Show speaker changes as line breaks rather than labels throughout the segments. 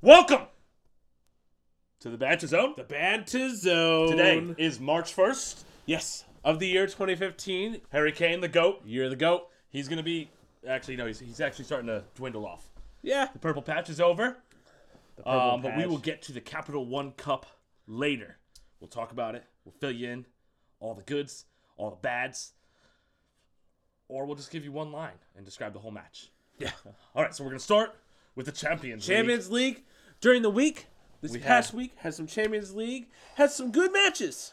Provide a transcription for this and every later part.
Welcome to the Banter Zone.
The Banta Zone.
Today is March 1st.
Yes. Of the year 2015,
Harry Kane, the GOAT,
you're the GOAT.
he's going to be. Actually, no, he's, he's actually starting to dwindle off.
Yeah.
The purple patch is over.
purple
um, But we
patch.
will get to the Capital One Cup later. We'll talk about it. We'll fill you in. All the goods, all the bads. Or we'll just give you one line and describe the whole match.
Yeah.
All right, so we're going to start with the Champions League.
Champions League during the week. This
We
past
had-
week had some Champions League, had some good matches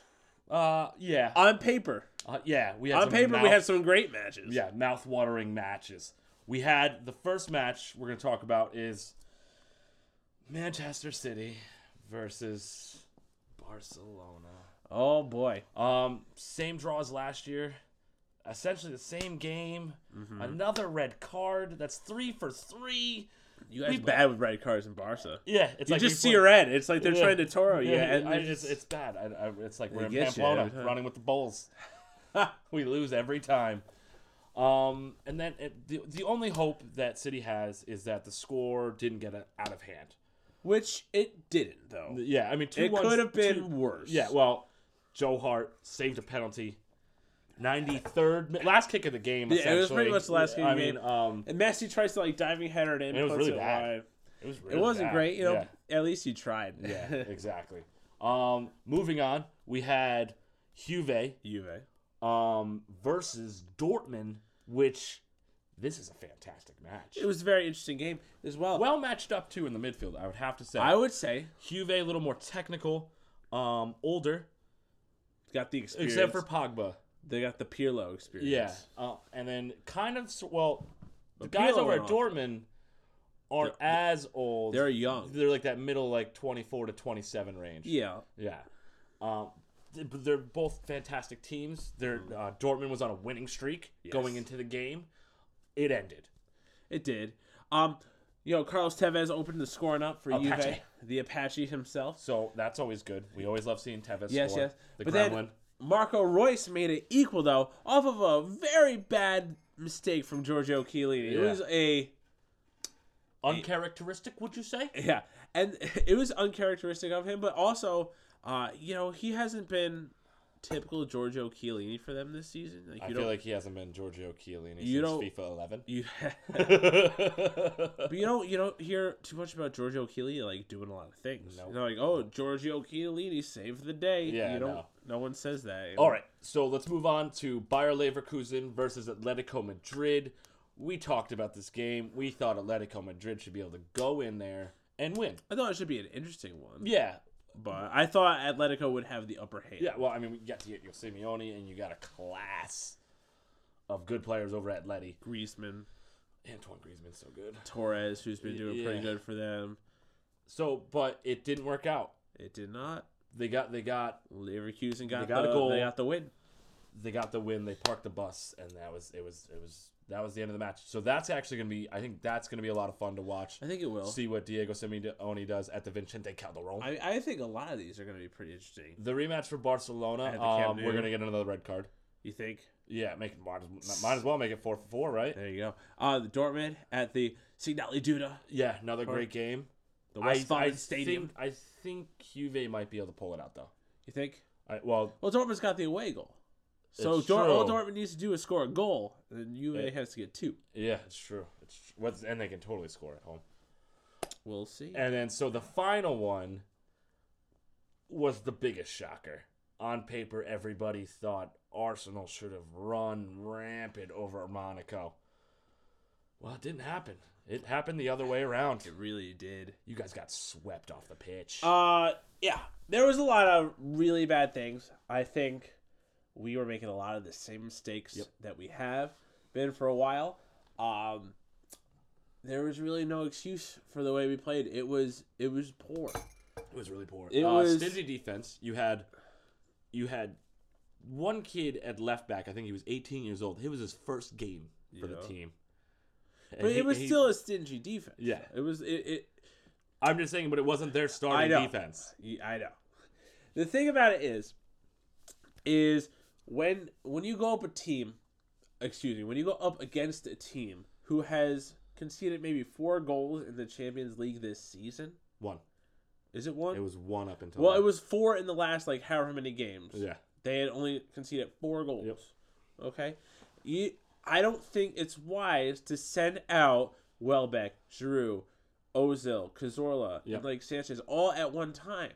Uh, yeah.
on paper.
Uh, yeah, we had
On
some
paper, we
mouth-
had some great matches.
yeah, mouth-watering matches. We had the first match we're going to talk about is Manchester City versus Barcelona.
Oh boy.
Um, same draw as last year. Essentially the same game.
Mm-hmm.
Another red card. That's three for three.
You guys bad with red cards in Barca.
Yeah, it's
You
like
just
we
see red. It's like they're
Yeah.
trying to Toro you.
Yeah,
Oh, and
I
they're
just, it's bad. I, I, it's like we're in
gets you
Pamplona
every time.
running with the bulls. we lose every time. Um, and then it, the, the only hope that City has is that the score didn't get out of hand.
which it didn't though.
Yeah, I mean, two
It
ones-
could have been
two-
worse.
Yeah, well, Joe Hart saved a penalty. 93rd, mi- last kick of the game.
Yeah, it was
essentially.
pretty much the last kick
I
of the
mean, um,
And Messi tries to like diving header it in.
It was
puts
really
it
bad.
wide.
it was.
It
really
wasn't
bad.
great, you know.
Yeah.
At least you tried.
Yeah, exactly. Um, moving on, we had Juve
Juve.
um, versus Dortmund, which this is a fantastic match.
It was a very interesting game as well.
Well matched up too in the midfield, I would have to say.
I would say
Juve a little more technical, um, older,
it's got the experience.
except for Pogba.
they got the Pirlo experience.
Yeah, uh, and then kind of s- well, the
But
guys
Pirlo
over at
went off.
Dortmund aren't as old.
They're young.
They're like that middle like twenty four to twenty seven range.
yeah.
Yeah. Um, th- but they're both fantastic teams. They're,
Mm.
uh, Dortmund was on a winning streak going into the game. It ended.
It did. Um, you know, Carlos Tevez opened the scoring up for Juve.
Apache.
The Apache himself.
So that's always good. We always love seeing Tevez
Yes,
score.
yes.
The
but
Gremlin.
then Marco Royce made it equal though, off of a very bad mistake from Giorgio Chiellini. It
Yeah.
was a
Uncharacteristic, would you say?
Yeah, and it was uncharacteristic of him, but also, uh, you know, he hasn't been typical Giorgio Chiellini for them this season. Like you
I
don't,
feel like he hasn't been Giorgio Chiellini
You
since
don't-
FIFA 11.
you, but you don't, you don't hear too much about Giorgio Chiellini like doing a lot of things.
Nope.
They're like, oh, Giorgio Chiellini saved the day.
Yeah,
you don't.
no.
No one says that.
All right, so let's move on to Bayer Leverkusen versus Atletico Madrid. We talked about this game. We thought Atletico Madrid should be able to go in there and win.
I thought it should be an interesting one,
Yeah,
but I thought Atletico would have the upper hand.
Yeah, well, I mean, we got to get your Simeone, and you got a class of good players over at Letty.
Griezmann,
Antoine Griezmann's so good.
Torres, who's been doing pretty
Yeah.
good for them.
So, but it didn't work out.
It did not.
They got, they got,
Leverkusen got,
got a
the,
goal.
They got the win.
they got the win. They parked the bus, and that was, it was, it was, that was the end of the match. So that's actually gonna be, I think that's gonna be a lot of fun to watch.
I think it will.
See what Diego Simeone does at the Vincente Calderon.
I, I think a lot of these are going to be pretty interesting.
the rematch for Barcelona.
the Camp
Um, we're
Nou.
gonna get another red card.
You think?
Yeah, make it might as, might as well make it four for four, right?
There you go. Uh, the Dortmund at the Signali Duda,
Yeah, another great game.
the Westfalen Stadium.
Think, I think Juve might be able to pull it out though.
you think?
I, well,
Well, Dortmund's got the away goal, so
It's
Dor- all
true.
Dortmund needs to do is score a goal, and Juve has to get two.
yeah, it's true. It's tr- what's and they can totally score at home.
We'll see.
And then so the final one was the biggest shocker. On paper, everybody thought Arsenal should have run rampant over Monaco. Well, it didn't happen. It happened the other way around.
it really did.
You guys got swept off the pitch.
Uh, yeah, there was a lot of really bad things. I think we were making a lot of the same mistakes that we have been for a while. Um, there was really no excuse for the way we played. It was it was poor.
It was really poor.
It
uh,
was-
stingy defense. You had, you had, one kid at left back. I think he was 18 years old. It was his first game for the
Yeah.
team. And
But
he-
it was
he-
still a stingy defense.
Yeah.
it was. It.
I'm just saying, but it wasn't their
I
starting
know.
defense.
it I know. The thing about it is, is when when you go up a team, excuse me, when you go up against a team who has conceded maybe four goals in the Champions League this season,
One.
Is it one?
It was one up until.
well,
now.
it was four in the last like however many games.
Yeah.
They had only conceded four goals. Okay. You, I don't think it's wise to send out Welbeck, Giroud, Ozil, Cazorla,
Yep.
and like Sanchez all at one time.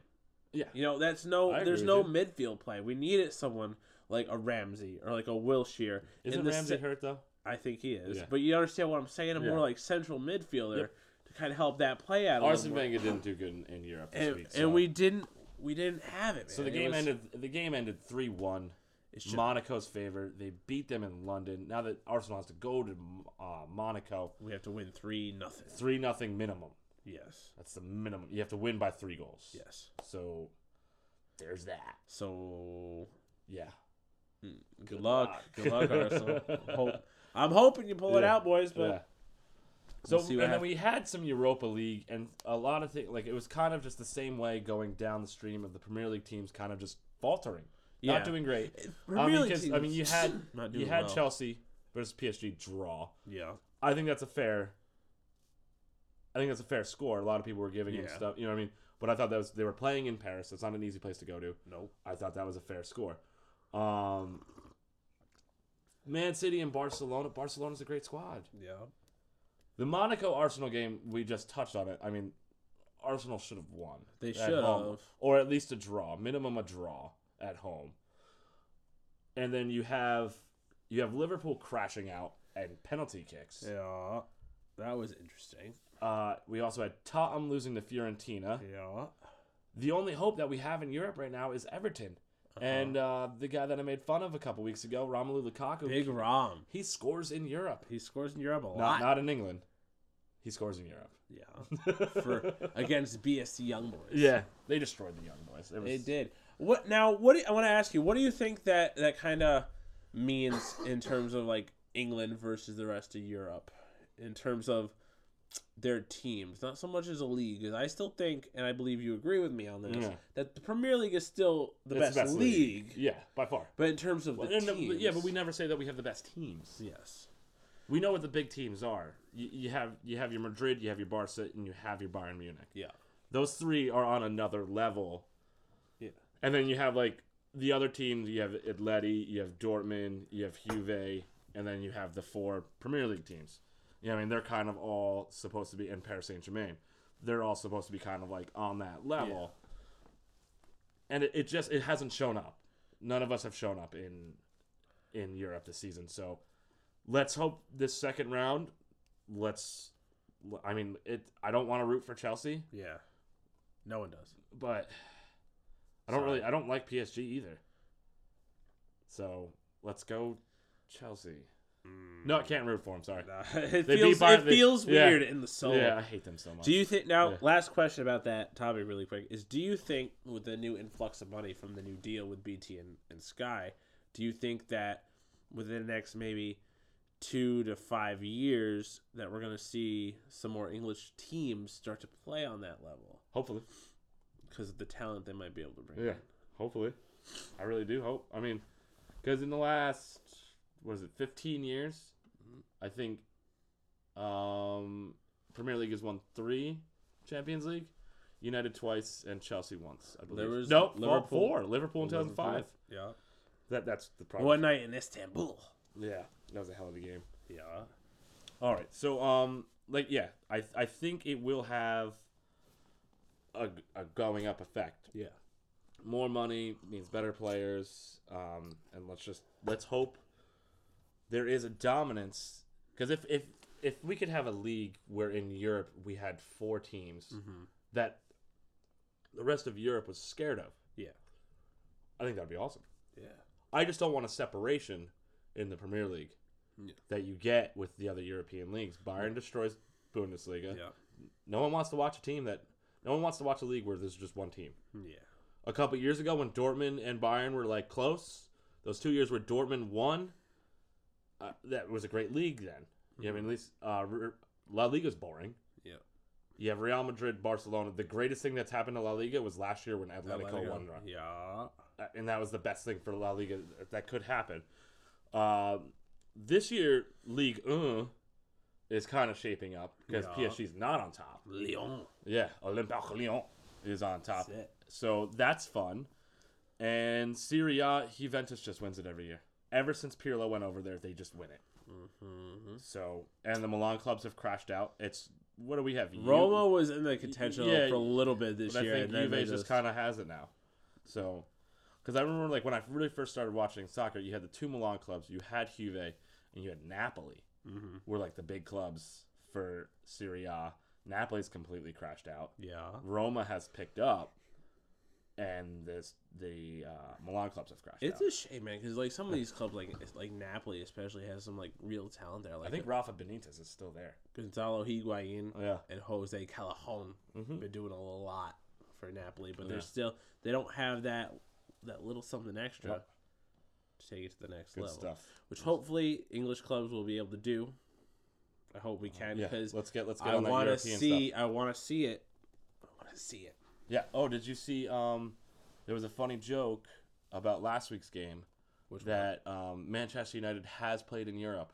Yeah.
You know, that's no
I agree
there's
with
no
you.
midfield play. We needed someone like a Ramsey or like a Wilshire.
Isn't
in the
Ramsey
se-
hurt though?
I think he is.
Yeah.
But you understand what I'm saying? A
Yeah.
more like central midfielder
Yep.
to kind of help that play out a little
Arsene
more.
Wenger didn't do good in, in Europe this
And,
week. so-
and we didn't we didn't have it, man.
So the
It
game
was-
ended. The game ended three one.
it should-
Monaco's favor. They beat them in London. Now that Arsenal has to go to uh, Monaco,
we have to win three nothing.
three nothing minimum.
Yes.
That's the minimum. You have to win by three goals.
Yes.
So there's that.
So
Yeah.
good luck.
luck.
Good luck, Arsenal. Hope- I'm hoping you pull it
Yeah.
out, boys,
yeah.
but
So
We'll see
and
what
then we had some Europa League and a lot of things like it was kind of just the same way going down the stream of the Premier League teams kind of just faltering,
Yeah.
not doing great.
Premier
I mean,
League
'cause, I mean,
teams
you had
not
you
doing
had
well.
Chelsea versus PSG draw.
yeah.
I think that's a fair. I think that's a fair score. A lot of people were giving him
Yeah.
stuff. You know what I mean? But I thought that was they were playing in Paris. That's not an easy place to go to.
Nope.
I thought that was a fair score. Um, Man City and Barcelona. Barcelona's a great squad.
Yeah.
The Monaco Arsenal game, we just touched on it. I mean, Arsenal should have won.
They
at
should
home.
have.
Or at least a draw, minimum a draw at home. And then you have you have Liverpool crashing out and penalty kicks.
Yeah. That was interesting.
Uh, we also had Tottenham losing to Fiorentina.
Yeah.
The only hope that we have in Europe right now is Everton.
Uh-huh.
And uh, the guy that I made fun of a couple weeks ago, Romelu Lukaku,
Big Rom.
he scores in Europe.
He scores in Europe a lot.
Not, not in England. He scores in Europe.
yeah. For against BSC Young Boys.
Yeah, they destroyed the young boys. It was,
It did. What now? What do, I want to ask you? What do you think that that kind of means in terms of like England versus the rest of Europe, in terms of their teams? Not so much as a league, 'cause I still think, and I believe you agree with me on this,
Yeah.
that the Premier League is still the,
It's
best, league.
Yeah, by far.
But in terms of the
And, uh, but-
teams,
yeah, but we never say that we have the best teams.
yes,
We know what the big teams are. You, you have you have your Madrid, you have your Barca, and you have your Bayern Munich.
yeah,
Those three are on another level.
yeah,
And then you have like the other teams. You have Atleti, you have Dortmund, you have Juve, and then you have the four Premier League teams. You know, what I mean, they're kind of all supposed to be in Paris Saint Germain. They're all supposed to be kind of like on that level. And it, it just it hasn't shown up. None of us have shown up in in Europe this season. So let's hope this second round. Let's. I mean, it. I don't want to root for Chelsea,
yeah. No one does.
but I don't
Sorry.
really I don't like PSG either. So let's go Chelsea. No, I can't root for them. Sorry.
Nah, it
They beat
feels
Bayern-
it
they-
feels
yeah.
weird in the soul.
Yeah, I hate them so much.
Do you think now?
Yeah.
Last question about that topic, really quick, is do you think with the new influx of money from the new deal with BT and, and Sky, do you think that within the next maybe two to five years that we're going to see some more English teams start to play on that level
hopefully.
because of the talent they might be able to bring?
Yeah, hopefully. I really do hope. I mean, because in the last what is it, fifteen years, I think um, Premier League has won three Champions League, United twice, and Chelsea once. I believe.
There was
no, Liverpool.
Liverpool-
four. Liverpool in two thousand
Liverpool,
five.
Yeah.
That that's the problem.
One night in Istanbul.
Yeah, that was a hell of a game.
Yeah.
All right. So um like yeah, I I think it will have a, a going up effect.
Yeah.
More money means better players um and let's just let's hope there is a dominance cuz if if if we could have a league where in Europe we had four teams that the rest of Europe was scared of,
Yeah.
I think that'd be awesome.
Yeah.
I just don't want a separation in the Premier League
Yeah.
that you get with the other European leagues. Bayern destroys Bundesliga.
Yeah.
No one wants to watch a team that no one wants to watch a league where there's just one team.
Yeah.
A couple years ago when Dortmund and Bayern were like close, those two years where Dortmund won, uh, that was a great league then. You know what I mean, at least uh, R- La Liga's boring.
Yeah.
You have Real Madrid, Barcelona. The greatest thing that's happened to La Liga was last year when Atletico, won. the-
Yeah.
uh, and that was the best thing for La Liga that could happen. Um, this year, League uh, is kind of shaping up because
Yeah.
PSG's not on top.
Lyon.
Yeah, Olympique Lyon is on top.
That's it.
So that's fun. And Serie A, Juventus just wins it every year. Ever since Pirlo went over there, they just win it.
Mm-hmm.
So, and the Milan clubs have crashed out. It's what do we have? You-
Roma was in the contention
Yeah,
for a little bit this
but I
year.
think
and then they
Juve just
just-
kind of has it now. So, because I remember like when I really first started watching soccer, you had the two Milan clubs, you had Juve, and you had Napoli,
Mhm.
were like the big clubs for Serie A. Napoli's completely crashed out.
Yeah.
Roma has picked up, and this the uh, Milan clubs have crashed
It's
out.
a shame, man, because like some of these clubs, like it's- like Napoli, especially, has some like real talent there. Like
I think Rafa Benitez is still there.
Gonzalo Higuain
Yeah,
and Jose Calahon
Mhm.
been doing a lot for Napoli, but they're
Yeah.
still they don't have that that little something extra
Yep.
to take it to the next
good
level,
stuff.
which hopefully English clubs will be able to do. I hope we can
Yeah,
because
let's get let's get
I
on that
want to
European
see
stuff.
I want to see it. I want to see it.
Yeah. Oh, did you see? Um, there was a funny joke about last week's game.
Which
that um, Manchester United has played in Europe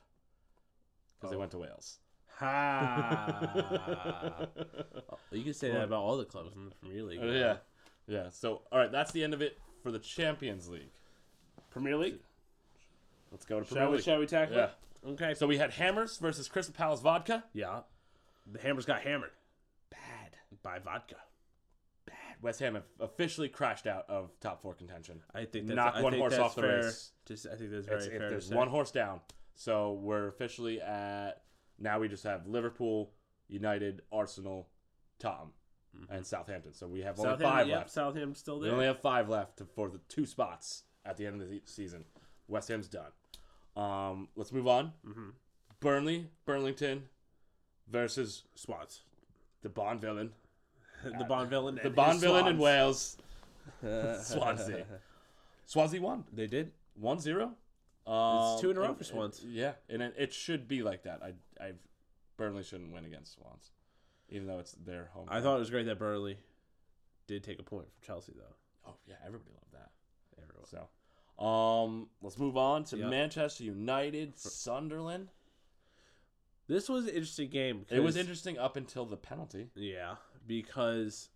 because they
Oh.
went to Wales.
ha. you can say that about all the clubs in the Premier League. man.
yeah, yeah. So, all right, that's the end of it for the Champions League.
Premier League.
Let's go to
Shall
Premier
we?
League.
Shall we tackle
Yeah.
it? Okay.
So we had Hammers versus Crystal Palace Vodka.
yeah, the Hammers got hammered
Bad,
by vodka.
bad. West Ham have officially crashed out of top four contention.
I think that's,
Knock
I
one
think
horse
that's
off the
fair.
race.
Just, I think that's very
It's, if
fair. to
there's
say.
one horse down, so we're officially at now. We just have Liverpool, United, Arsenal, Tottenham, and Southampton. So we have only
Mm-hmm. Southampton,
five
yep,
left.
Southampton's still
We
there.
only have five left to, for the two spots at the end of the season. West Ham's done. Um, let's move on.
Mhm.
Burnley, Burlington versus
Swats.
the Bond villain,
the Bond villain.
the Bond villain in
Wales.
Wales, Swansea. Swansea won
They did.
1 0. Um,
two in a row
and-
for Swans.
and- yeah, and it, it should be like that. I, I, Burnley shouldn't win against Swans, even though it's their home.
I
ground.
thought it was great that Burnley did take a point from Chelsea though.
oh yeah, everybody loved that.
Everyone.
So, um, let's move on to
Yeah.
Manchester United, Sunderland.
This was an interesting game.
It was
because-
interesting up until the penalty.
Yeah, because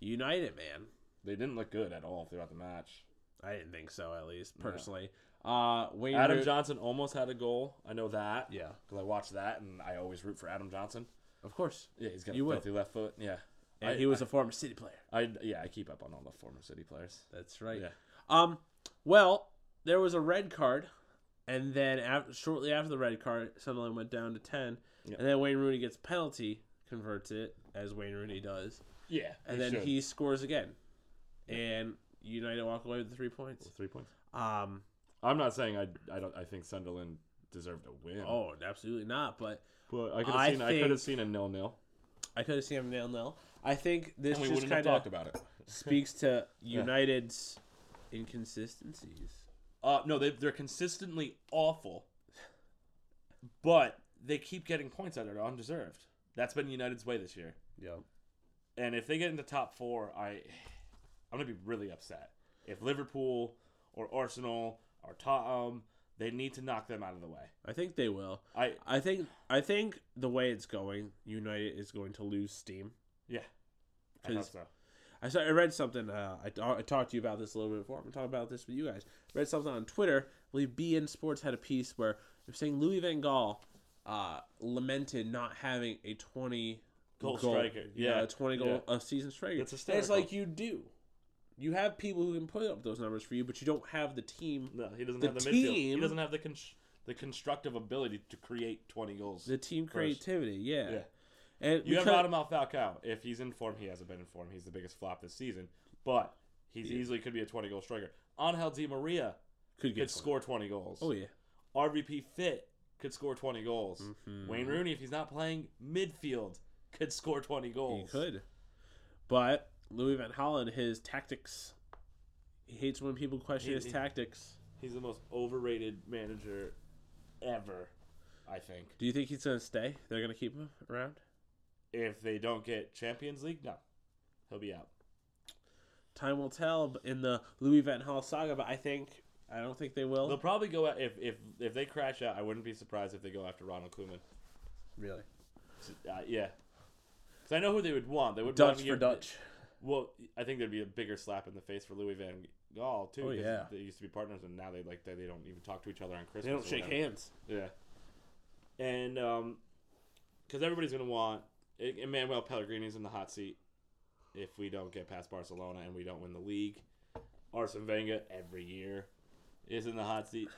United, man,
They didn't look good at all throughout the match.
I didn't think so. At least
No.
personally, uh, Wayne.
Adam
Root-
Johnson almost had a goal. I know that
Yeah,
because I watched that, and I always root for Adam Johnson.
of course.
Yeah, he's got
You
a
would.
filthy left foot. Yeah,
And
I-
he was a former City player.
I yeah I keep up on all the former City players.
That's right.
Yeah,
Um, well, there was a red card, and then af shortly after the red card, Sunderland went down to ten,
Yeah.
and then Wayne Rooney gets a penalty, converts it as Wayne Rooney does,
yeah,
and then
should.
he scores again, and United walk away with the three points.
three points.
Um,
I'm not saying I I don't I think Sunderland deserved a win.
oh, absolutely not. But
but I could
I
have seen I could
think-
have seen a nil nil,
I could have seen him nail nil. I think this
and we
just
wouldn't have
kind of
talked about it.
speaks to United's inconsistencies.
Uh, no, they they're consistently awful, but they keep getting points that are undeserved. That's been United's way this year.
Yeah.
And if they get into top four, I I'm gonna be really upset. If Liverpool or Arsenal or Tottenham, they need to knock them out of the way.
I think they will.
I
I think I think the way it's going, United is going to lose steam.
yeah, I hope
'Cause-
so.
I saw I read something. Uh, I, ta- I talked to you about this a little bit before. I'm talking about this with you guys. Read something on Twitter. I believe BN Sports had a piece where it was saying Louis Van Gaal uh, lamented not having a 20
Goal striker.
you know,
Yeah.
a 20 goal
Yeah.
a season striker.
That's
And it's
hysterical.
like you do. You have people who can put up those numbers for you, but you don't have the team
No, he doesn't
The
have the midfield. He
team-
doesn't have the con- the constructive ability to create 20 goals.
the team creativity. Yeah.
Yeah.
And
You have
because-
Radamel Falcao. If he's in form, he hasn't been in form. He's the biggest flop this season, but he's easily could be a 20 goal striker. Angel Di Maria
could
could
get scored.
score 20 goals.
Oh yeah.
RVP fit could score 20 goals.
Mm-hmm.
Wayne Rooney, if he's not playing midfield, could score 20
He
goals.
could. But Louis Van Holland, his tactics, he hates when people question
He-
his
he-
tactics.
He's the most overrated manager ever, I think.
Do you think he's going to stay? They're going to keep him around?
If they don't get Champions League, no. He'll be out.
Time will tell b- in the Louis Van Hal saga, but I think, I don't think they will.
They'll probably go out if if if they crash out. I wouldn't be surprised if they go after Ronald Koeman.
really.
Uh, yeah. Because I know who they would want. They would want
Dutch
your-
for Dutch.
Well, I think there'd be a bigger slap in the face for Louis Van Gaal too.
Oh,
'cause
yeah.
they used to be partners, and now they like they, they don't even talk to each other on Christmas.
They don't
or
shake
whatever.
hands.
Yeah, and um, because everybody's gonna want I- Emmanuel Pellegrini's in the hot seat if we don't get past Barcelona and we don't win the league. Arsene Wenger every year is in the hot seat,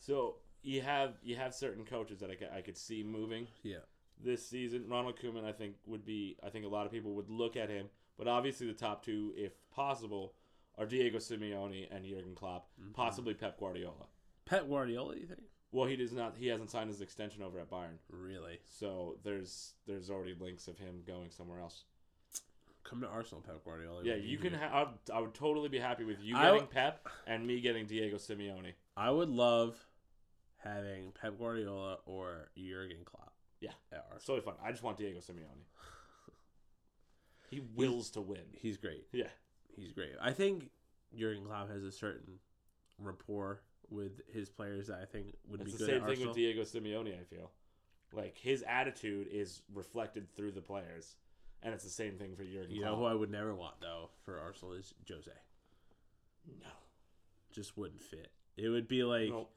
so you have you have certain coaches that I, ca- I could see moving
Yeah.
this season. Ronald Koeman, I think, would be. I think a lot of people would look at him, but obviously the top two, if possible, are Diego Simeone and Jurgen Klopp, possibly Pep Guardiola.
Pet Mm-hmm. Guardiola, you think?
Well, he does not. He hasn't signed his extension over at Bayern,
Really?
so there's there's already links of him going somewhere else.
Come to Arsenal, Pep Guardiola.
Yeah,
We'll be
you can.
here.
Ha- I, would, I would totally be happy with you
I
getting
w-
Pep and me getting Diego Simeone.
I would love having Pep Guardiola or Jurgen Klopp.
Yeah.
At Arsenal.
It's totally fun. I just want Diego Simeone. He wills to win.
He's great.
Yeah,
He's great. I think Jurgen Klopp has a certain rapport with his players that I think would
It's
be
the
good at
same thing
Arsenal.
with Diego Simeone. I feel like his attitude is reflected through the players, and it's the same thing for Jurgen
you know
Klopp.
who I would never want though for Arsenal is Jose.
No,
Just wouldn't fit. It would be like
no,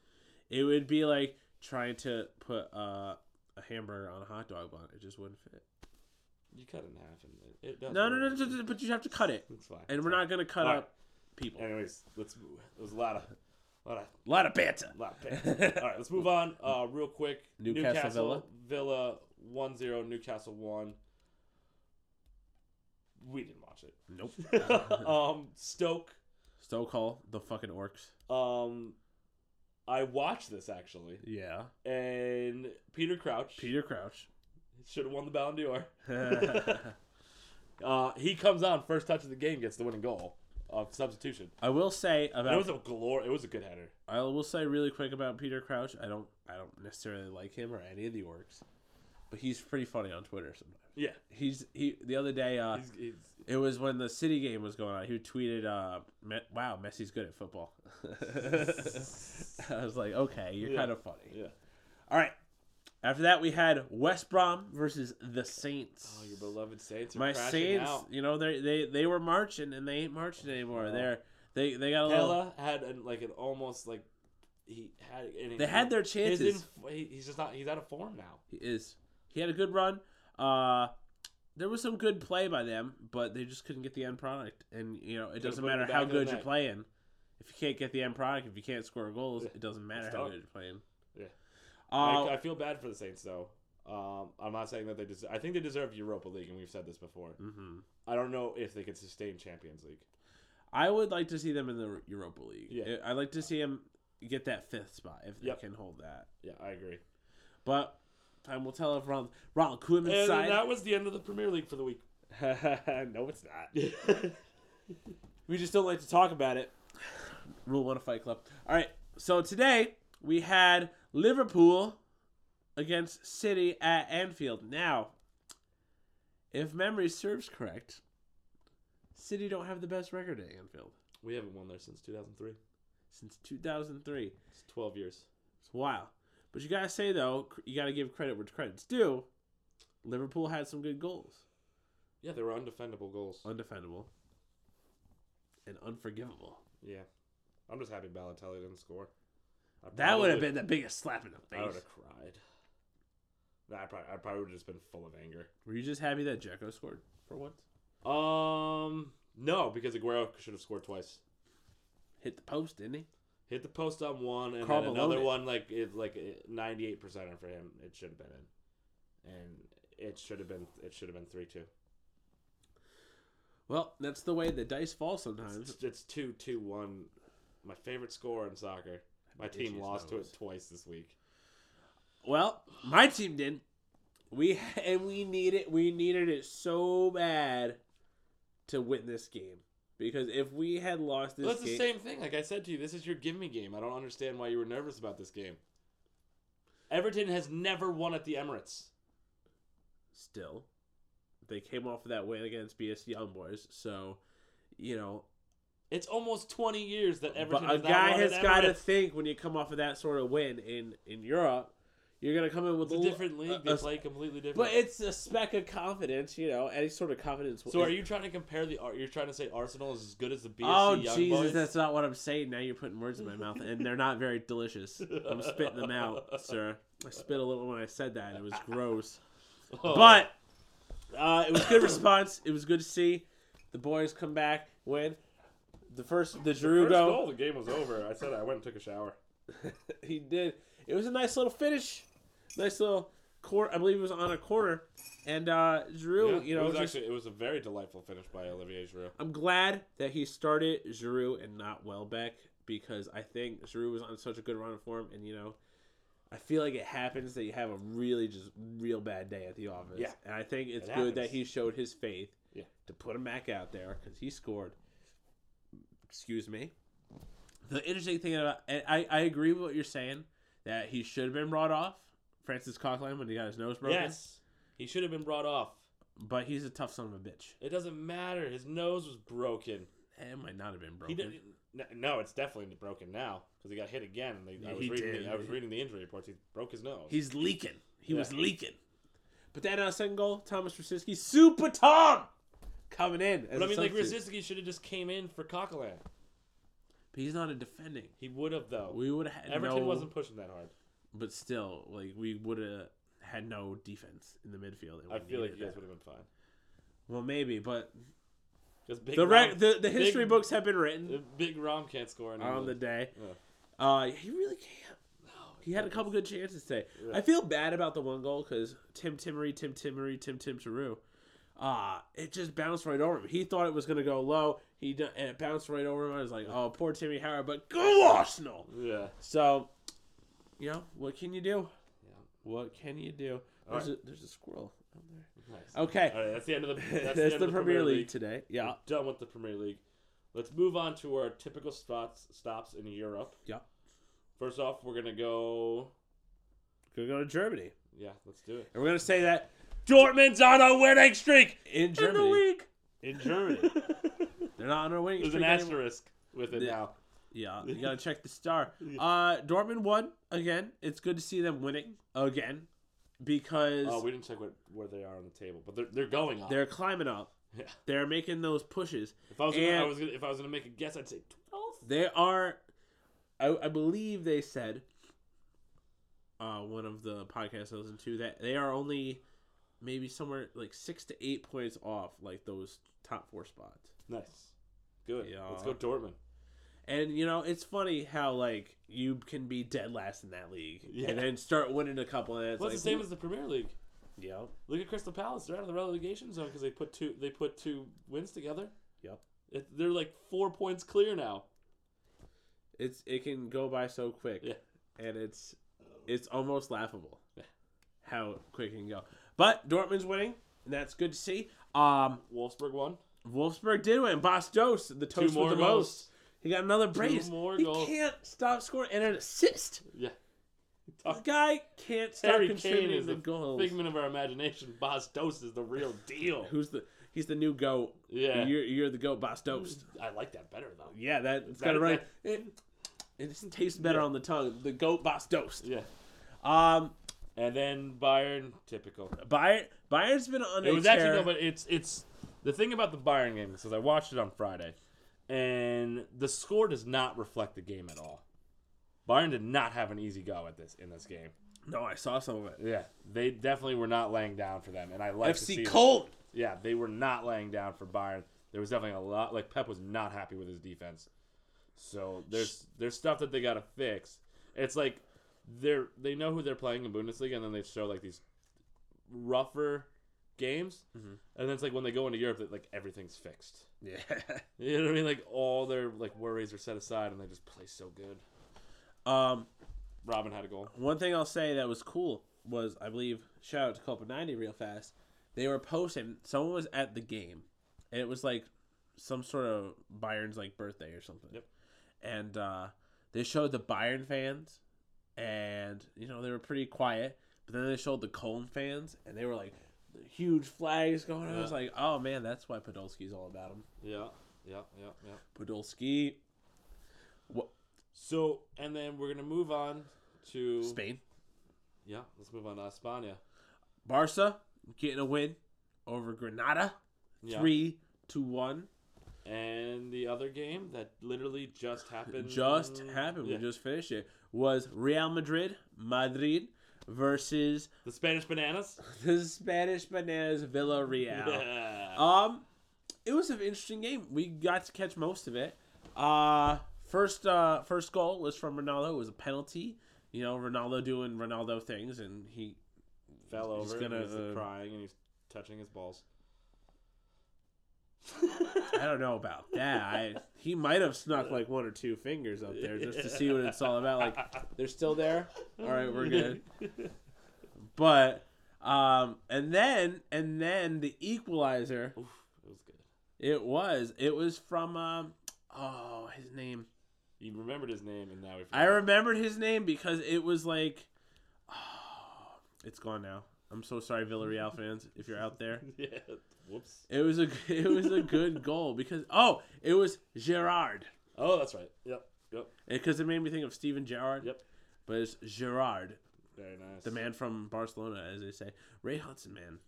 it would be like trying to put uh, a hamburger on a hot dog bun. It just wouldn't fit.
you cut it in half, and it, it does.
No, no, no,
work.
no, no, no, But you have to cut it,
It's fine.
and
it's
we're
fine.
not gonna cut
All right.
up people.
Anyways, let's move. There was a lot of, lot of,
A lot of banter.
lot of pain. All right, let's move on. Uh, real quick.
Newcastle
Villa one zero. Newcastle one. We didn't watch it.
Nope.
um, Stoke.
Stoke Hall, the fucking orcs.
Um, I watched this actually.
Yeah.
and Peter Crouch
Peter Crouch.
should have won the Ballon d'Or. Uh, he comes on first touch of the game, gets the winning goal of substitution.
I will say
And it
about
was a glor. It was a good header.
I will say really quick about Peter Crouch. I don't I don't necessarily like him or any of the orcs, but he's pretty funny on Twitter sometimes.
Yeah,
He's he the other day uh
he's, he's,
it was when the city game was going on. He tweeted uh Me- wow, Messi's good at football. I was like, "Okay, you're
Yeah.
kind of funny."
yeah.
All right. After that, we had West Brom versus the Saints.
Oh, your beloved Saints are
My
crashing
Saints,
out.
you know, they they they were marching and they ain't marching anymore.
Oh.
They're they they got a little.
Pella had an, like an almost like he had. An,
They had their chances.
His inf- he- he's just not. He's out of form now.
He is. He had a good run. Uh, there was some good play by them, but they just couldn't get the end product. And you know, it doesn't
put it in
matter
the
how
back of the
good you're
net.
playing. If you can't get the end product, if you can't score goals,
Yeah,
it doesn't matter
it's
how
done.
good you're playing.
Yeah.
Uh,
I, I feel bad for the Saints though. Um, I'm not saying that they deserve. I think they deserve Europa League, and we've said this before.
mhm.
I don't know if they could sustain Champions League.
I would like to see them in the Europa League.
Yeah.
I'd like to see them get that fifth spot if they
Yep.
can hold that.
Yeah, I agree.
But time will tell if Ronald, Ronald Koeman's
And
side.
that was the end of the Premier League for the week.
no, it's not. We just don't like to talk about it. Rule one of Fight Club. All right. So today we had Liverpool against City at Anfield. Now, if memory serves correct, City don't have the best record at Anfield
we haven't won there since 2003.
since 2003.
It's 12 years.
It's wild. But you gotta say though, you gotta give credit where credit's due. Liverpool had some good goals,
Yeah, they were undefendable goals.
undefendable and unforgivable.
Yeah. I'm just happy Balotelli didn't score. I
That would have
probably-
been the biggest slap in the
I would
face.
have cried. Nah, I probably, I probably would have just been full of anger.
Were you just happy that Jacko scored for once?
Um, no, because Aguero should have scored twice.
Hit the post, didn't he?
Hit the post on one, and
Carl
then
Malone
another
it.
one like it, like 98 percent for him. It should have been in, and it should have been it should have been three two.
Well, that's the way the dice fall sometimes.
It's, it's two two one. My favorite score in soccer. My team
Itchy's
lost to
nose.
it twice this week.
Well, my team didn't. We and we needed we needed it so bad to win this game because if we had lost this
Well, that's
game,
the same thing. Like I said to you, this is your gimme game. I don't understand why you were nervous about this game. Everton has never won at the Emirates.
still, they came off of that win against BSC Young Boys. So, you know,
It's almost 20 years that Everton
but a
has not
guy
won
has
at
got to
Emirates.
think when you come off of that sort of win in in Europe, You're gonna come in with
It's a
l-
different league.
a-
They
a-
play completely different.
but it's a speck of confidence, you know. Any sort of confidence.
so are you trying to compare the? Ar- You're trying to say Arsenal is as good as the BSC
Oh
Young
Jesus,
Boys?
that's not what I'm saying. Now you're putting words in my mouth, and they're not very delicious. I'm spitting them out, sir. I spit a little when I said that. It was gross,
Oh.
but uh, it was good response. It was good to see the boys come back win. The first, the Giroud
First
goal,
goal, the game was over. I said I went and took a shower.
he did. It was a nice little finish, nice little court. I believe it was on a corner, and uh, Giroud, you know,
it was
just-
actually it was a very delightful finish by Olivier Giroud.
I'm glad that he started Giroud and not Welbeck because I think Giroud was on such a good run of form, and you know, I feel like it happens that you have a really just real bad day at the office.
Yeah.
and I think it's
It
good that
happens.
he showed his faith.
Yeah.
to put him back out there because he scored. Excuse me. The interesting thing about and I I agree with what you're saying that he should have been brought off Francis Coughlin when he got his nose broken.
Yes, he should have been brought off.
but he's a tough son of a bitch.
It doesn't matter. His nose was broken.
It might not have been
He
broken.
didn't. n- No, it's definitely broken now because he got hit again. and they-
Yeah,
I was
he
reading.
did.
The, I was reading the injury reports. He broke his nose.
He's leaking. He was
Yeah.
leaking. But then on second goal, Thomas Rosinski, Super Tom, coming in. As
but I
a
mean, like
substitute.
Rosicky should have just came in for Coquelin.
But he's not a defending.
He would have though.
We would have
Everton
no,
wasn't pushing that hard.
but still, like we would have had no defense in the midfield. and we
I feel like
needed
you guys
that.
would have been fine.
Well, maybe, but
'Cause Big
the
Rom,
re- the, the history
big-
books have been written
the Big Rom can't score in
on the
England.
day.
Yeah.
Uh, he really can't. He had a couple good chances today. I feel bad about the one goal because Tim Timmery, Tim Timmery, Tim Tim Giroux, uh, it just bounced right over him. He thought it was going to go low. He d- and it bounced right over him. I was like, oh, poor Timmy Howard, but go Arsenal.
Yeah.
So, you know, what can you do?
Yeah.
What can you do?
All
There's, a, there's a squirrel out there.
Nice.
Okay.
All right, that's the end of the. That's,
That's,
the, end
the,
of
Premier League, today. Yeah.
We're done with the Premier League. Let's move on to our typical spots stops in Europe.
Yeah.
First off, we're gonna go.
Gonna go to Germany.
Yeah, let's do it.
And we're gonna say that
Dortmund's on a winning streak
in
in the
Germany.
league.
In Germany. They're not on their winning
There's an
streak anymore.
asterisk with it
Yeah.
now.
Yeah, you gotta check the star.
Yeah.
Uh, Dortmund won again. It's good to see them winning again because
Oh, we didn't check what, where they are on the table, but they're they're going up.
they're climbing up.
Yeah.
They're making those pushes.
if I was gonna, I
and-
was gonna, if I was gonna make a guess, I'd say twelve.
They are, I, I believe they said, uh, one of the podcasts I listened to that they are only maybe somewhere like six to eight points off like those top four spots.
Nice, good.
Yeah.
Let's go Dortmund.
And you know, it's funny how like you can be dead last in that league
Yeah.
and then start winning a couple. And it's
Well, it's
like, "Hmm,
the same as the Premier League.
yeah,
Look at Crystal Palace; they're out of the relegation zone because they put two they put two wins together.
Yep.
It, they're like four points clear now.
it's it can go by so quick.
Yeah.
and it's it's almost laughable how quick it can go. But Dortmund's winning, and that's good to see. Um,
Wolfsburg won.
Wolfsburg did win. Boss Dose, the toast
more
with the
goals.
most. He got another brace.
more
he
goals.
can't stop scoring and an assist.
Yeah.
The guy can't stop
Harry Kane
contributing
is
the
a
goals.
figment of our imagination. Bas Dost is the real deal.
Who's the? He's the new goat.
Yeah. Hmm.
You're you're the goat, Boss Dose.
I like that better though.
Yeah, that it's
That-
got to right.
that-
It, it just tastes better on the tongue. The goat, Boss Dose.
Yeah.
Um,
And then Bayern, typical.
Bayern Bayern's been on.
It
a
was actually
tear.
no, but it's it's the thing about the Bayern game because I watched it on Friday, and the score does not reflect the game at all. Bayern did not have an easy go at this in this game.
No, I saw some of it.
Yeah, they definitely were not laying down for them, and I like to see
FC
that.
Cologne.
Yeah, they were not laying down for Bayern. There was definitely a lot. Like Pep was not happy with his defense. So there's there's stuff that they gotta fix. It's like they're they know who they're playing in Bundesliga, and then they show like these rougher games, and then it's like when they go into Europe, that like everything's fixed.
Yeah.
You know what I mean? Like all their like worries are set aside, and they just play so good.
Um,
Robin had a goal.
one thing I'll say that was cool was I believe shout out to Copa ninety real fast. They were posting. Someone was at the game, and it was like some sort of Bayern's like birthday or something.
Yep.
And uh, they showed the Bayern fans, and you know they were pretty quiet. But then they showed the Cologne fans, and they were like huge flags going. I was
Yeah.
like, oh man, that's why Podolski's all about him.
Yeah, yeah, yeah, yeah.
Podolski,
So and then we're gonna move on to
Spain.
Yeah, let's move on to Espana.
Barca getting a win over Granada,
Yeah.
three to one.
And the other game that literally just happened.
Just happened.
Mm, Yeah.
We just finished it. Was Real Madrid, Madrid versus
the Spanish bananas.
the Spanish Bananas Villarreal.
Yeah.
Um, it was an interesting game. We got to catch most of it. Uh first uh first goal was from Ronaldo. It was a penalty. You know, Ronaldo doing Ronaldo things, and he
Fell over.
He's
and
gonna,
he's
uh,
crying and he's touching his balls.
I don't know about that. I, he might have snuck like one or two fingers up there just to see what it's all about. Like they're still there. All right, we're good. But um, and then and then the equalizer.
Oof, it was good.
It was it was from um, oh his name.
You remembered his name and now we
I
forgot.
remembered his name because it was like, oh, it's gone now. I'm so sorry, Villarreal fans, if you're out there.
yeah. Whoops.
It was a it was a good goal because oh it was Gerard.
Oh, that's right. Yep. Yep.
because it made me think of Steven Gerrard.
Yep.
But it's Gerard,
Very nice.
the man from Barcelona, as they say. Ray Hudson, man.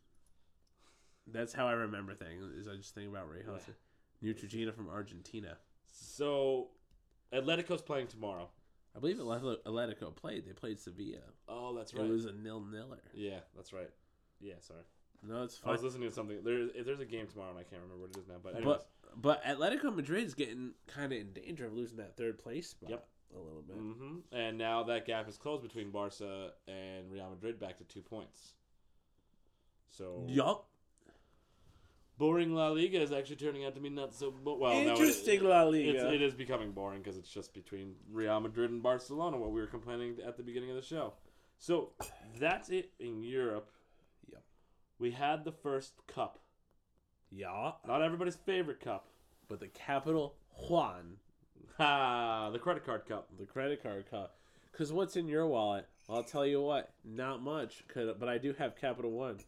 That's how I remember things. Is I just think about Ray Hudson, Neutrogena from Argentina.
So, Atletico's playing tomorrow.
I believe Atlet- Atletico played. They played Sevilla.
Oh, that's
It was a nil niller.
yeah, that's right. Yeah, sorry.
No, it's
I
fine.
was listening to something. There, if there's a game tomorrow, and I can't remember what it is now. But anyways,
But but Atletico Madrid's getting kind of in danger of losing that third place spot
Yep.
a little bit.
hmm and now that gap is closed between Barca and Real Madrid, back to two points. So
Yup.
boring La Liga is actually turning out to be not so. Bo- well, no, it-
Interesting La
It's,
Liga.
Oh, it is becoming boring because it's just between Real Madrid and Barcelona, what we were complaining at the beginning of the show. So that's it in Europe.
Yep.
We had the first cup.
yeah,
Not everybody's favorite cup.
but the capital Juan
Ha! The credit card cup.
the credit card cut. Because what's in your wallet? I'll tell you what, not much. 'cause- but I do have Capital One.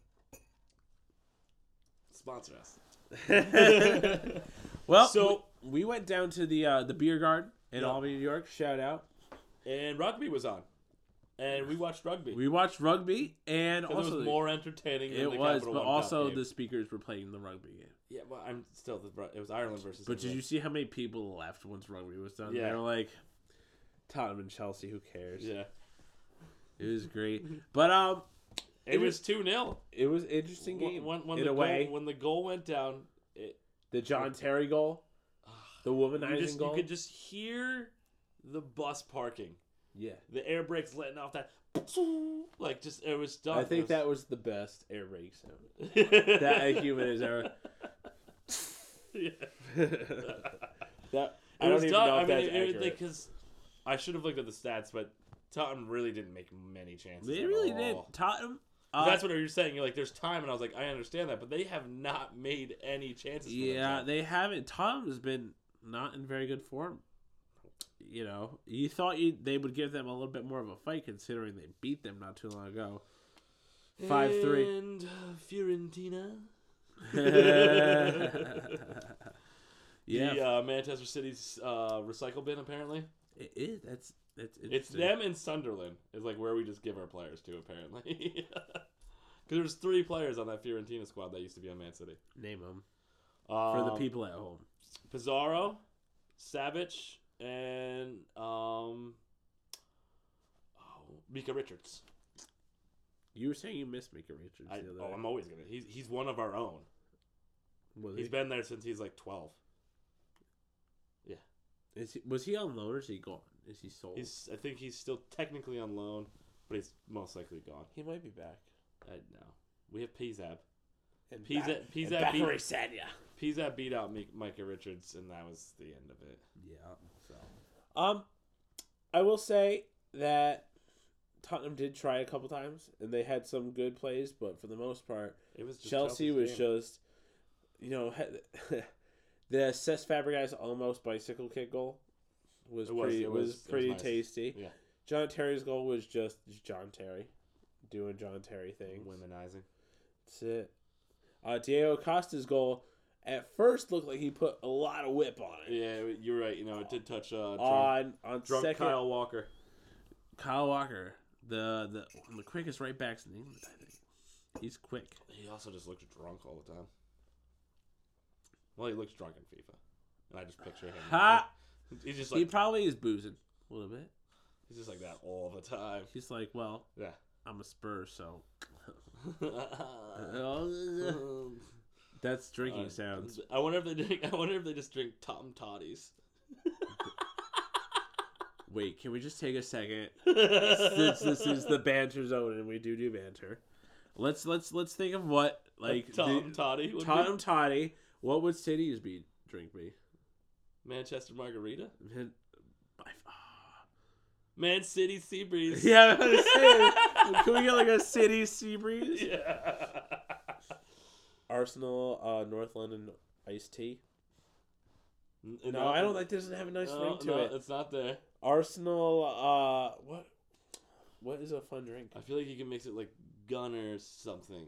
Sponsor us.
well,
So-
so we, we went down to the uh, the beer garden in
Yeah.
Albany, New York. Shout out.
And rugby was on. And we watched rugby.
We watched rugby, and
'Cause it
also
was more entertaining than
it
the
was,
Capital
but
One
also
Cup game.
the speakers were playing the rugby game.
Yeah, well, I'm still. The, it was Ireland versus.
But did you
England.
see how many people left once rugby was done?
Yeah.
They were like, Tottenham and Chelsea. Who cares?
Yeah.
It was great, but um,
It, was 2 0.
it was an interesting
When,
game.
when, when
in
the
a way,
Goal, when the goal went down, it,
the John Terry goal, the
you,
womanizing
just, Ah, you
goal.
could just hear the bus parking.
yeah.
The air brakes letting off that. Like, just. It was done.
I think that was the best air rake sound
that.
that a human has ever.
yeah.
that
It
I don't
was
even
done.
know if
I
that's
mean,
accurate.
because I should have looked at the stats, but Tottenham really didn't make many chances.
they
at
really
all.
did. Tottenham. Uh,
That's what you were saying. You're like, there's time, and I was like, I understand that, but they have not made any chances. for
yeah,
themselves.
they haven't. Tottenham has been not in very good form. You know, you thought you they would give them a little bit more of a fight considering they beat them not too long ago. Five three.
And uh, Fiorentina.
yeah,
The uh, Manchester City's uh, recycle bin. Apparently,
it is. That's that's
it's
interesting.
them and Sunderland is like where we just give our players to. Apparently, because there's three players on that Fiorentina squad that used to be on Man City.
Name them
Um,
for the people at home.
Pizarro, Savage, and um, oh, Mika Richards.
You were saying you missed Mika Richards
I,
the other
oh,
day.
I'm always gonna. He's he's one of our own.
Was
He's
he-
been there since he's like twelve.
Is he, was he on loan or is he gone? Is he sold?
He's I think he's still technically on loan, but he's most likely gone.
he might be back.
I know. We have Pizab.
And
Pizza-
back-
pizza
and back
beat-
where he said yeah.
Pizab beat out Mi- Micah Richards, and that was the end of it.
Yeah. So, um, I will say that Tottenham did try a couple times, and they had some good plays, but for the most part,
It was just
Chelsea
Chelsea's
was
game.
just, you know, had, the Cesc Fabregas almost bicycle kick goal was
It was-
pretty
it
was,
was- it was
pretty
nice.
tasty.
Yeah.
John Terry's goal was just John Terry doing John Terry things.
womenizing.
That's it. Uh, Diego Costa's goal at first looked like he put a lot of whip on it.
Yeah, you're right. You know, it did touch uh, drunk,
On on
drunk
second, Kyle.
Kyle Walker.
Walker The the one of the quickest right backs in England. I think he's quick.
He also just looks drunk all the time. Well, he looks drunk in FIFA, and I just picture him.
Ha!
He's just
he
like
probably is boozing a little bit.
he's just like that all the time.
He's like, well,
Yeah.
I'm a Spur, so Uh-huh.
Um,
that's drinking
uh,
sounds.
I wonder if they drink. I wonder if they just drink Tom Toddies.
Wait, can we just take a second? Since
this,
this is the banter zone, and we do do banter, let's let's let's think of what like
Tom
the-
Toddy. would
Tom Toddy. What would cities be drink me?
be Manchester Margarita.
Man, I- ah.
Man City Sea Breeze.
Yeah, I was saying, can we get like a city sea breeze?
Yeah.
Arsenal, uh, North London iced tea.
N-
No, I don't. That doesn't have a nice
no,
ring to
no,
it.
It's not there.
Arsenal. Uh, what? What is a fun drink?
I feel like you can mix it like gun or something.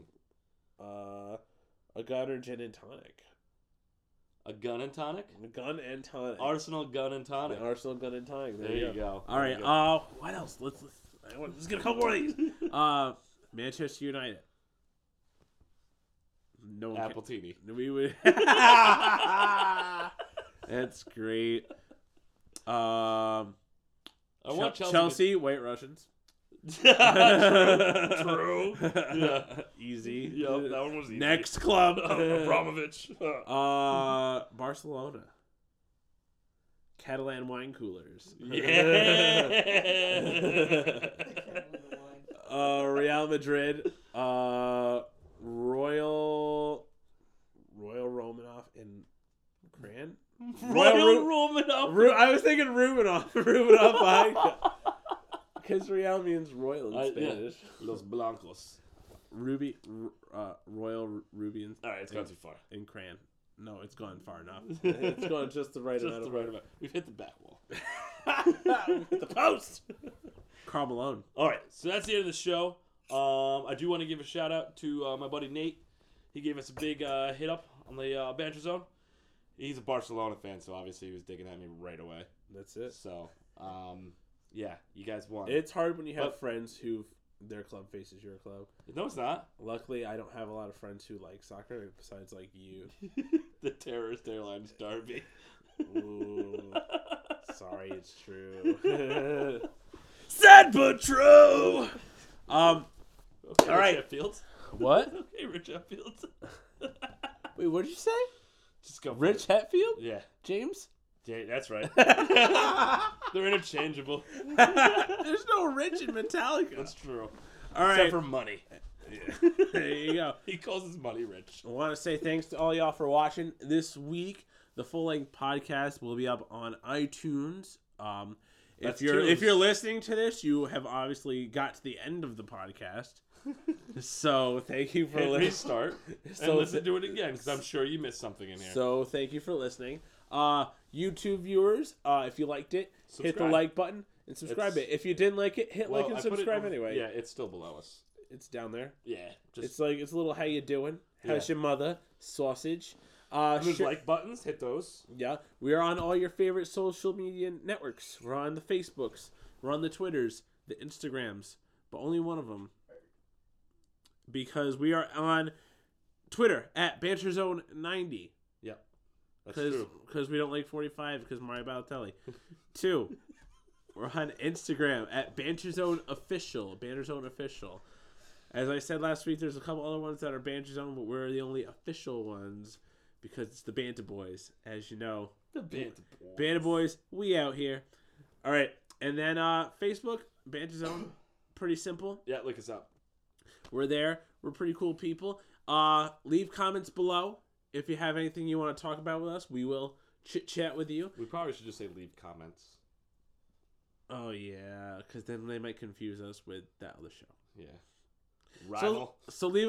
Uh, a gun or gin and tonic.
A gun and tonic.
A gun and tonic.
Arsenal gun and
An
tonic.
Arsenal gun and tonic.
There you go.
All right.
There
Uh, what else? Let's. let's I want, let's get a couple more of
you
these.
go.
Uh, Manchester United. No one
Apple teeny.
Can, we would. That's great. Um,
I want
Chel-
Chelsea.
Chelsea, White Russians.
to- True. Yeah.
Easy.
Yep, that one was easy.
Next club.
Abramovich.
Uh, Barcelona. Catalan wine coolers.
yeah.
uh, Real Madrid. Uh, Royal. Royal Romanov in Gran.
Royal
Ru-
Romanov.
Ru- I was thinking Rumanov. Rumanov. Because Real means royal
I-
in
yeah.
Spanish.
Los Blancos.
Ruby. Ru- Uh, Royal Ruby in,
All right, it's gone too far.
in Cran. No, it's gone far enough. It's gone just the right
Just
amount
the
of
right amount. We've hit the back wall.
the post. Carl Malone.
All right, so that's the end of the show. Um, I do want to give a shout out to uh, my buddy Nate. He gave us a big uh, hit up on the uh, Banter Zone. He's a Barcelona fan, so obviously he was digging at me right away.
That's it.
So, um, yeah, you guys won.
It's hard when you have
But-
friends who their club faces your club.
no, it's not.
Luckily, I don't have a lot of friends who like soccer besides like you.
the terrorist airline Darby.
Ooh, sorry, it's true.
Sad but true.
um,
Okay, All
right.
right, Fields.
what?
Okay, Rich Fields.
Wait, what did you say?
Just go, for
Rich
it.
Hetfield?
Yeah,
James?
yeah, that's right. They're interchangeable.
There's no Rich in Metallica.
That's true.
All
Except
right,
for money.
there you go.
He calls his money rich.
I want to say thanks to all y'all for watching this week. The full length podcast will be up on iTunes. Um, if
That's
you're
tunes.
if you're listening to this, you have obviously got to the end of the podcast. so thank you for
And
listening.
restart
So
and listen to it again because I'm sure you missed something in here.
So thank you for listening. Uh, YouTube viewers, uh, if you liked it, hit the
Subscribe.
like button and subscribe
It's-
it. If you didn't like it, hit
Well,
like and
I put it
subscribe
over-
anyway.
Yeah, it's still below us.
It's down there.
Yeah, just
It's like it's a little how you doing? How's
Yeah.
your mother? Sausage. Uh,
there's
share-
like buttons. Hit those.
Yeah, we are on all your favorite social media networks. We're on the Facebooks, we're on the Twitters, the Instagrams, but only one of them because we are on Twitter at BanterZone90
Yep, that's true.
because we don't like 45 because Mario Balotelli. Two, we're on Instagram at BanterZone Official. BanterZone Official. As I said last week, there's a couple other ones that are BanterZone, but we're the only official ones because it's the Banter Boys, as you know.
The band.
Banda Boys, we out here. All right, and then uh, Facebook Banter Zone, pretty simple.
Yeah, look us up.
We're there. We're pretty cool people. Uh, leave comments below if you have anything you want to talk about with us. We will chit chat with you.
We probably should just say leave comments.
Oh yeah, because then they might confuse us with that other show.
Yeah.
So,
Rival.
so leave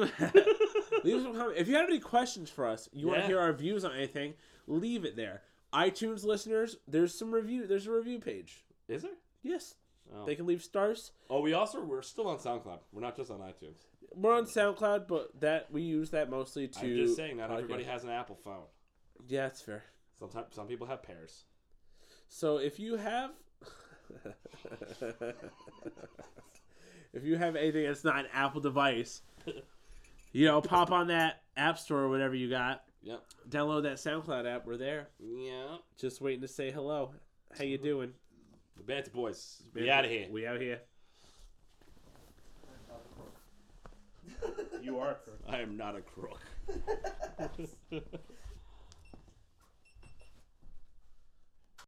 leave us some comment. If you have any questions for us, you want to
Yeah.
hear our views on anything, leave it there. iTunes listeners, there's some review. There's a review page.
Is there?
Yes,
Oh.
they can leave stars.
oh, we also we're still on SoundCloud. We're not just on iTunes.
We're on SoundCloud, but that we use that mostly to.
I'm just saying not
podcast.
everybody has an Apple phone.
Yeah, that's fair.
Sometimes some people have pairs.
So if you have, if you have anything that's not an Apple device, you know, pop on that App Store or whatever you got.
Yep.
Download that SoundCloud app. We're there.
Yeah.
Just waiting to say hello. How you doing?
The Banta Boys. We out of here.
We out here. You are.
I am not a crook.